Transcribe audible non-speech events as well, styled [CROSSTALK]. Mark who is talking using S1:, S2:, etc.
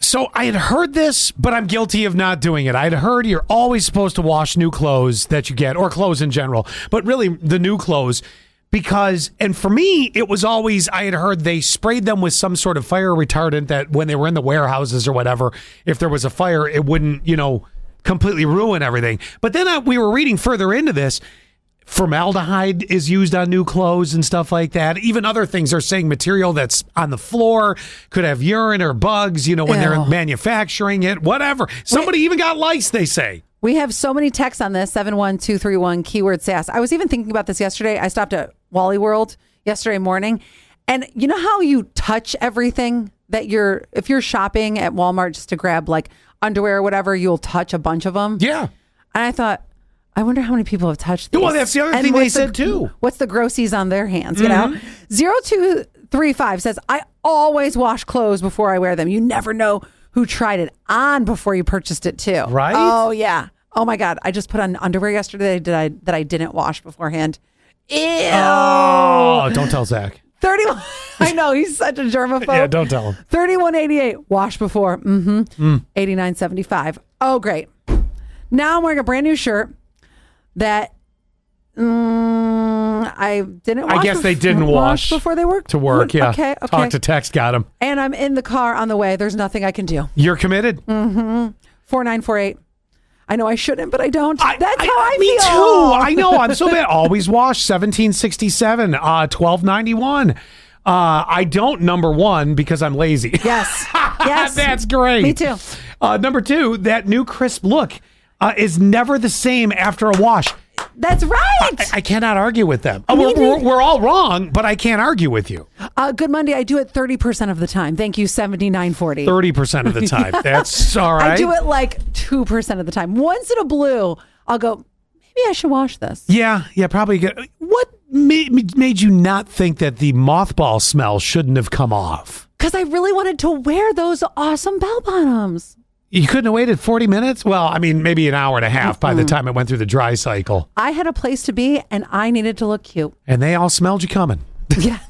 S1: So I had heard this, but I'm guilty of not doing it. I had heard you're always supposed to wash new clothes that you get, or clothes in general, but really the new clothes. Because, and for me, it was always, I had heard they sprayed them with some sort of fire retardant that when they were in the warehouses or whatever, if there was a fire, it wouldn't, you know, completely ruin everything. But then I, we were reading further into this formaldehyde is used on new clothes and stuff like that. Even other things are saying material that's on the floor could have urine or bugs, you know, when they're
S2: Ew.
S1: manufacturing it, whatever. Somebody even got lice, they say.
S2: We have so many texts on this 71231 keyword sass. I was even thinking about this yesterday. I stopped at Wally World yesterday morning. And you know how you touch everything that you're, if you're shopping at Walmart just to grab like underwear or whatever, you'll touch a bunch of them?
S1: Yeah.
S2: And I thought, I wonder how many people have touched these.
S1: Well, that's the other
S2: And
S1: thing they
S2: what's the-
S1: said, too. Mm-hmm.
S2: What's the grossies on their hands, you know? 0235 says, I always wash clothes before I wear them. You never know who tried it on before you purchased it, too.
S1: Right?
S2: Oh, yeah. Oh, my God. I just put on underwear yesterday that I, that I didn't wash beforehand. Ew.
S1: Oh, don't tell Zach.
S2: 31. [LAUGHS] I know. He's such a germaphobe.
S1: Yeah, don't tell him. Mm.
S2: 3188 wash before mm-hmm 8975 oh great now i'm wearing a brand new shirt that mm, i didn't wash
S1: I guess they
S2: bef-
S1: didn't wash
S2: before they worked
S1: To work, yeah.
S2: okay okay
S1: Talk to text got him.
S2: and i'm in the car on the way there's nothing i can do
S1: You're committed.
S2: Mm. 4948 i know i shouldn't but i don't
S1: I-
S2: that's
S1: I-
S2: how i
S1: me
S2: feel
S1: too. I know. I'm
S2: [LAUGHS]
S1: so bad. [LAUGHS] Always wash 1767, uh, 1291. Uh, I don't number one because I'm lazy. [LAUGHS]
S2: yes yes
S1: Uh, That's great.
S2: Me too.
S1: Uh, number two, that new crisp look uh, is never the same after a wash.
S2: that's right
S1: I, I cannot argue with them. Uh,
S2: Me
S1: we're, we're,
S2: neither.
S1: we're all wrong, but I can't argue with you.
S2: uh, good monday i do it 30% of the time thank you 7940
S1: Thirty percent of the
S2: [LAUGHS]
S1: time. That's all right.
S2: I do it like 2% of the time. Once in a blue, I'll go, maybe I should wash this.
S1: Yeah, yeah, probably good. What made, made you not think that the mothball smell shouldn't have come off?
S2: Because I really wanted to wear those awesome bell bottoms.
S1: You couldn't have waited forty minutes. Well, I mean, maybe an hour and a half by the time it went through the dry cycle,
S2: I had a place to be and I needed to look cute. [LAUGHS]
S1: and they all smelled you coming.
S2: Yeah.